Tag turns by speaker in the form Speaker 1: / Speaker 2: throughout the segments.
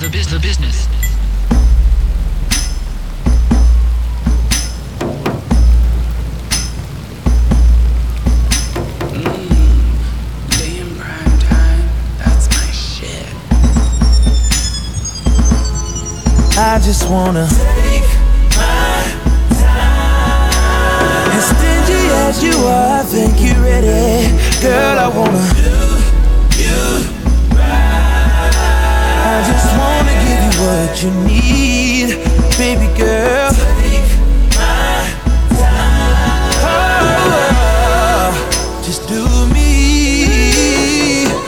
Speaker 1: The biz, the business.
Speaker 2: Damn prime time, that's my shit.
Speaker 3: I just wanna As stingy as you are, I think you're ready. Girl, I wanna do you right. I just wanna give you what you need, baby girl. Oh, oh, just do me.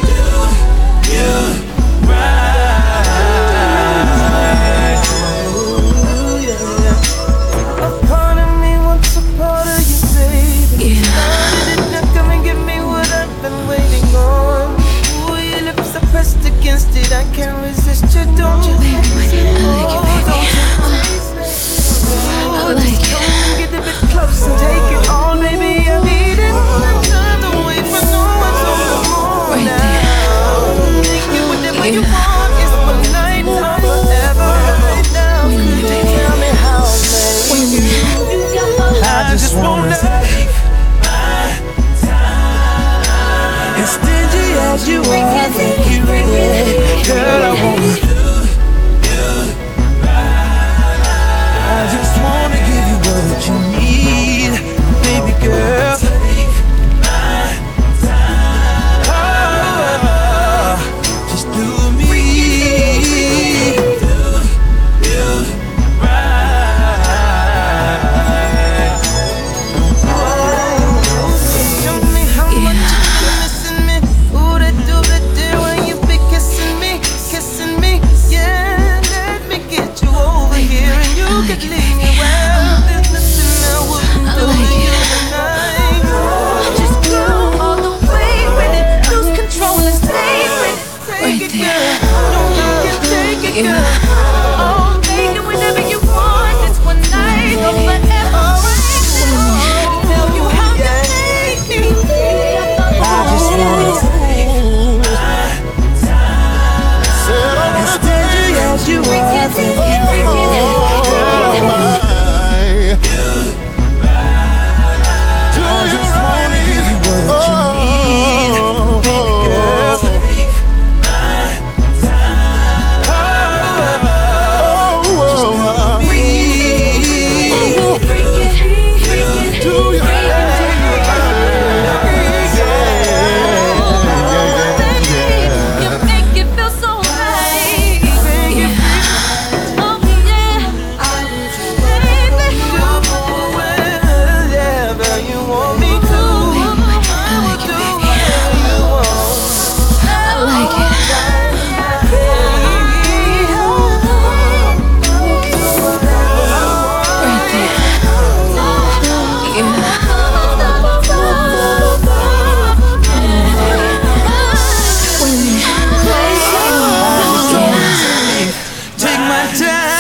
Speaker 3: Do you right. Ooh, yeah, yeah. A part of me wants a part of you, baby. Started it now, come and give me what I've been waiting on. Ooh, your lips are pressed against it, I can't resist you, don't you? Oh, don't you tease me. Ooh, just come and get a bit close and take it all, baby, I need it. I'm tired of waiting for no one, so come on now. Make me whatever you want, it's one night, not forever. Right now, could you tell me how, baby? I just wanna take my time. As stingy as you are, I think you really, girl, I wanna. I just wanna give you what you need, baby girl. Oh, just do me.
Speaker 2: Show me how much you've been missing me. Ooh, that do-ba-do when you be kissing me, kissing me. Yeah, let me get you over here and you could leave me well. There's nothing I wouldn't do to you tonight.
Speaker 4: Just go all the way with it. Lose control and stay with it.
Speaker 2: Take it, girl. No, you can take it, girl.
Speaker 4: Oh, make it whenever you want. It's one night or forever. Right now, tell you how you make me feel.
Speaker 3: I just wanna sing. As stingy as you are, I think you really are. I just wanna give you what you need, baby girl. Oh, me.
Speaker 4: You make it feel so right. Oh, yeah.
Speaker 2: Do whatever you want me to. I will do whatever you want.
Speaker 4: I like it.
Speaker 3: Take my time.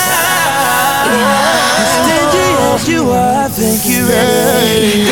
Speaker 3: As stingy as you are, I think you really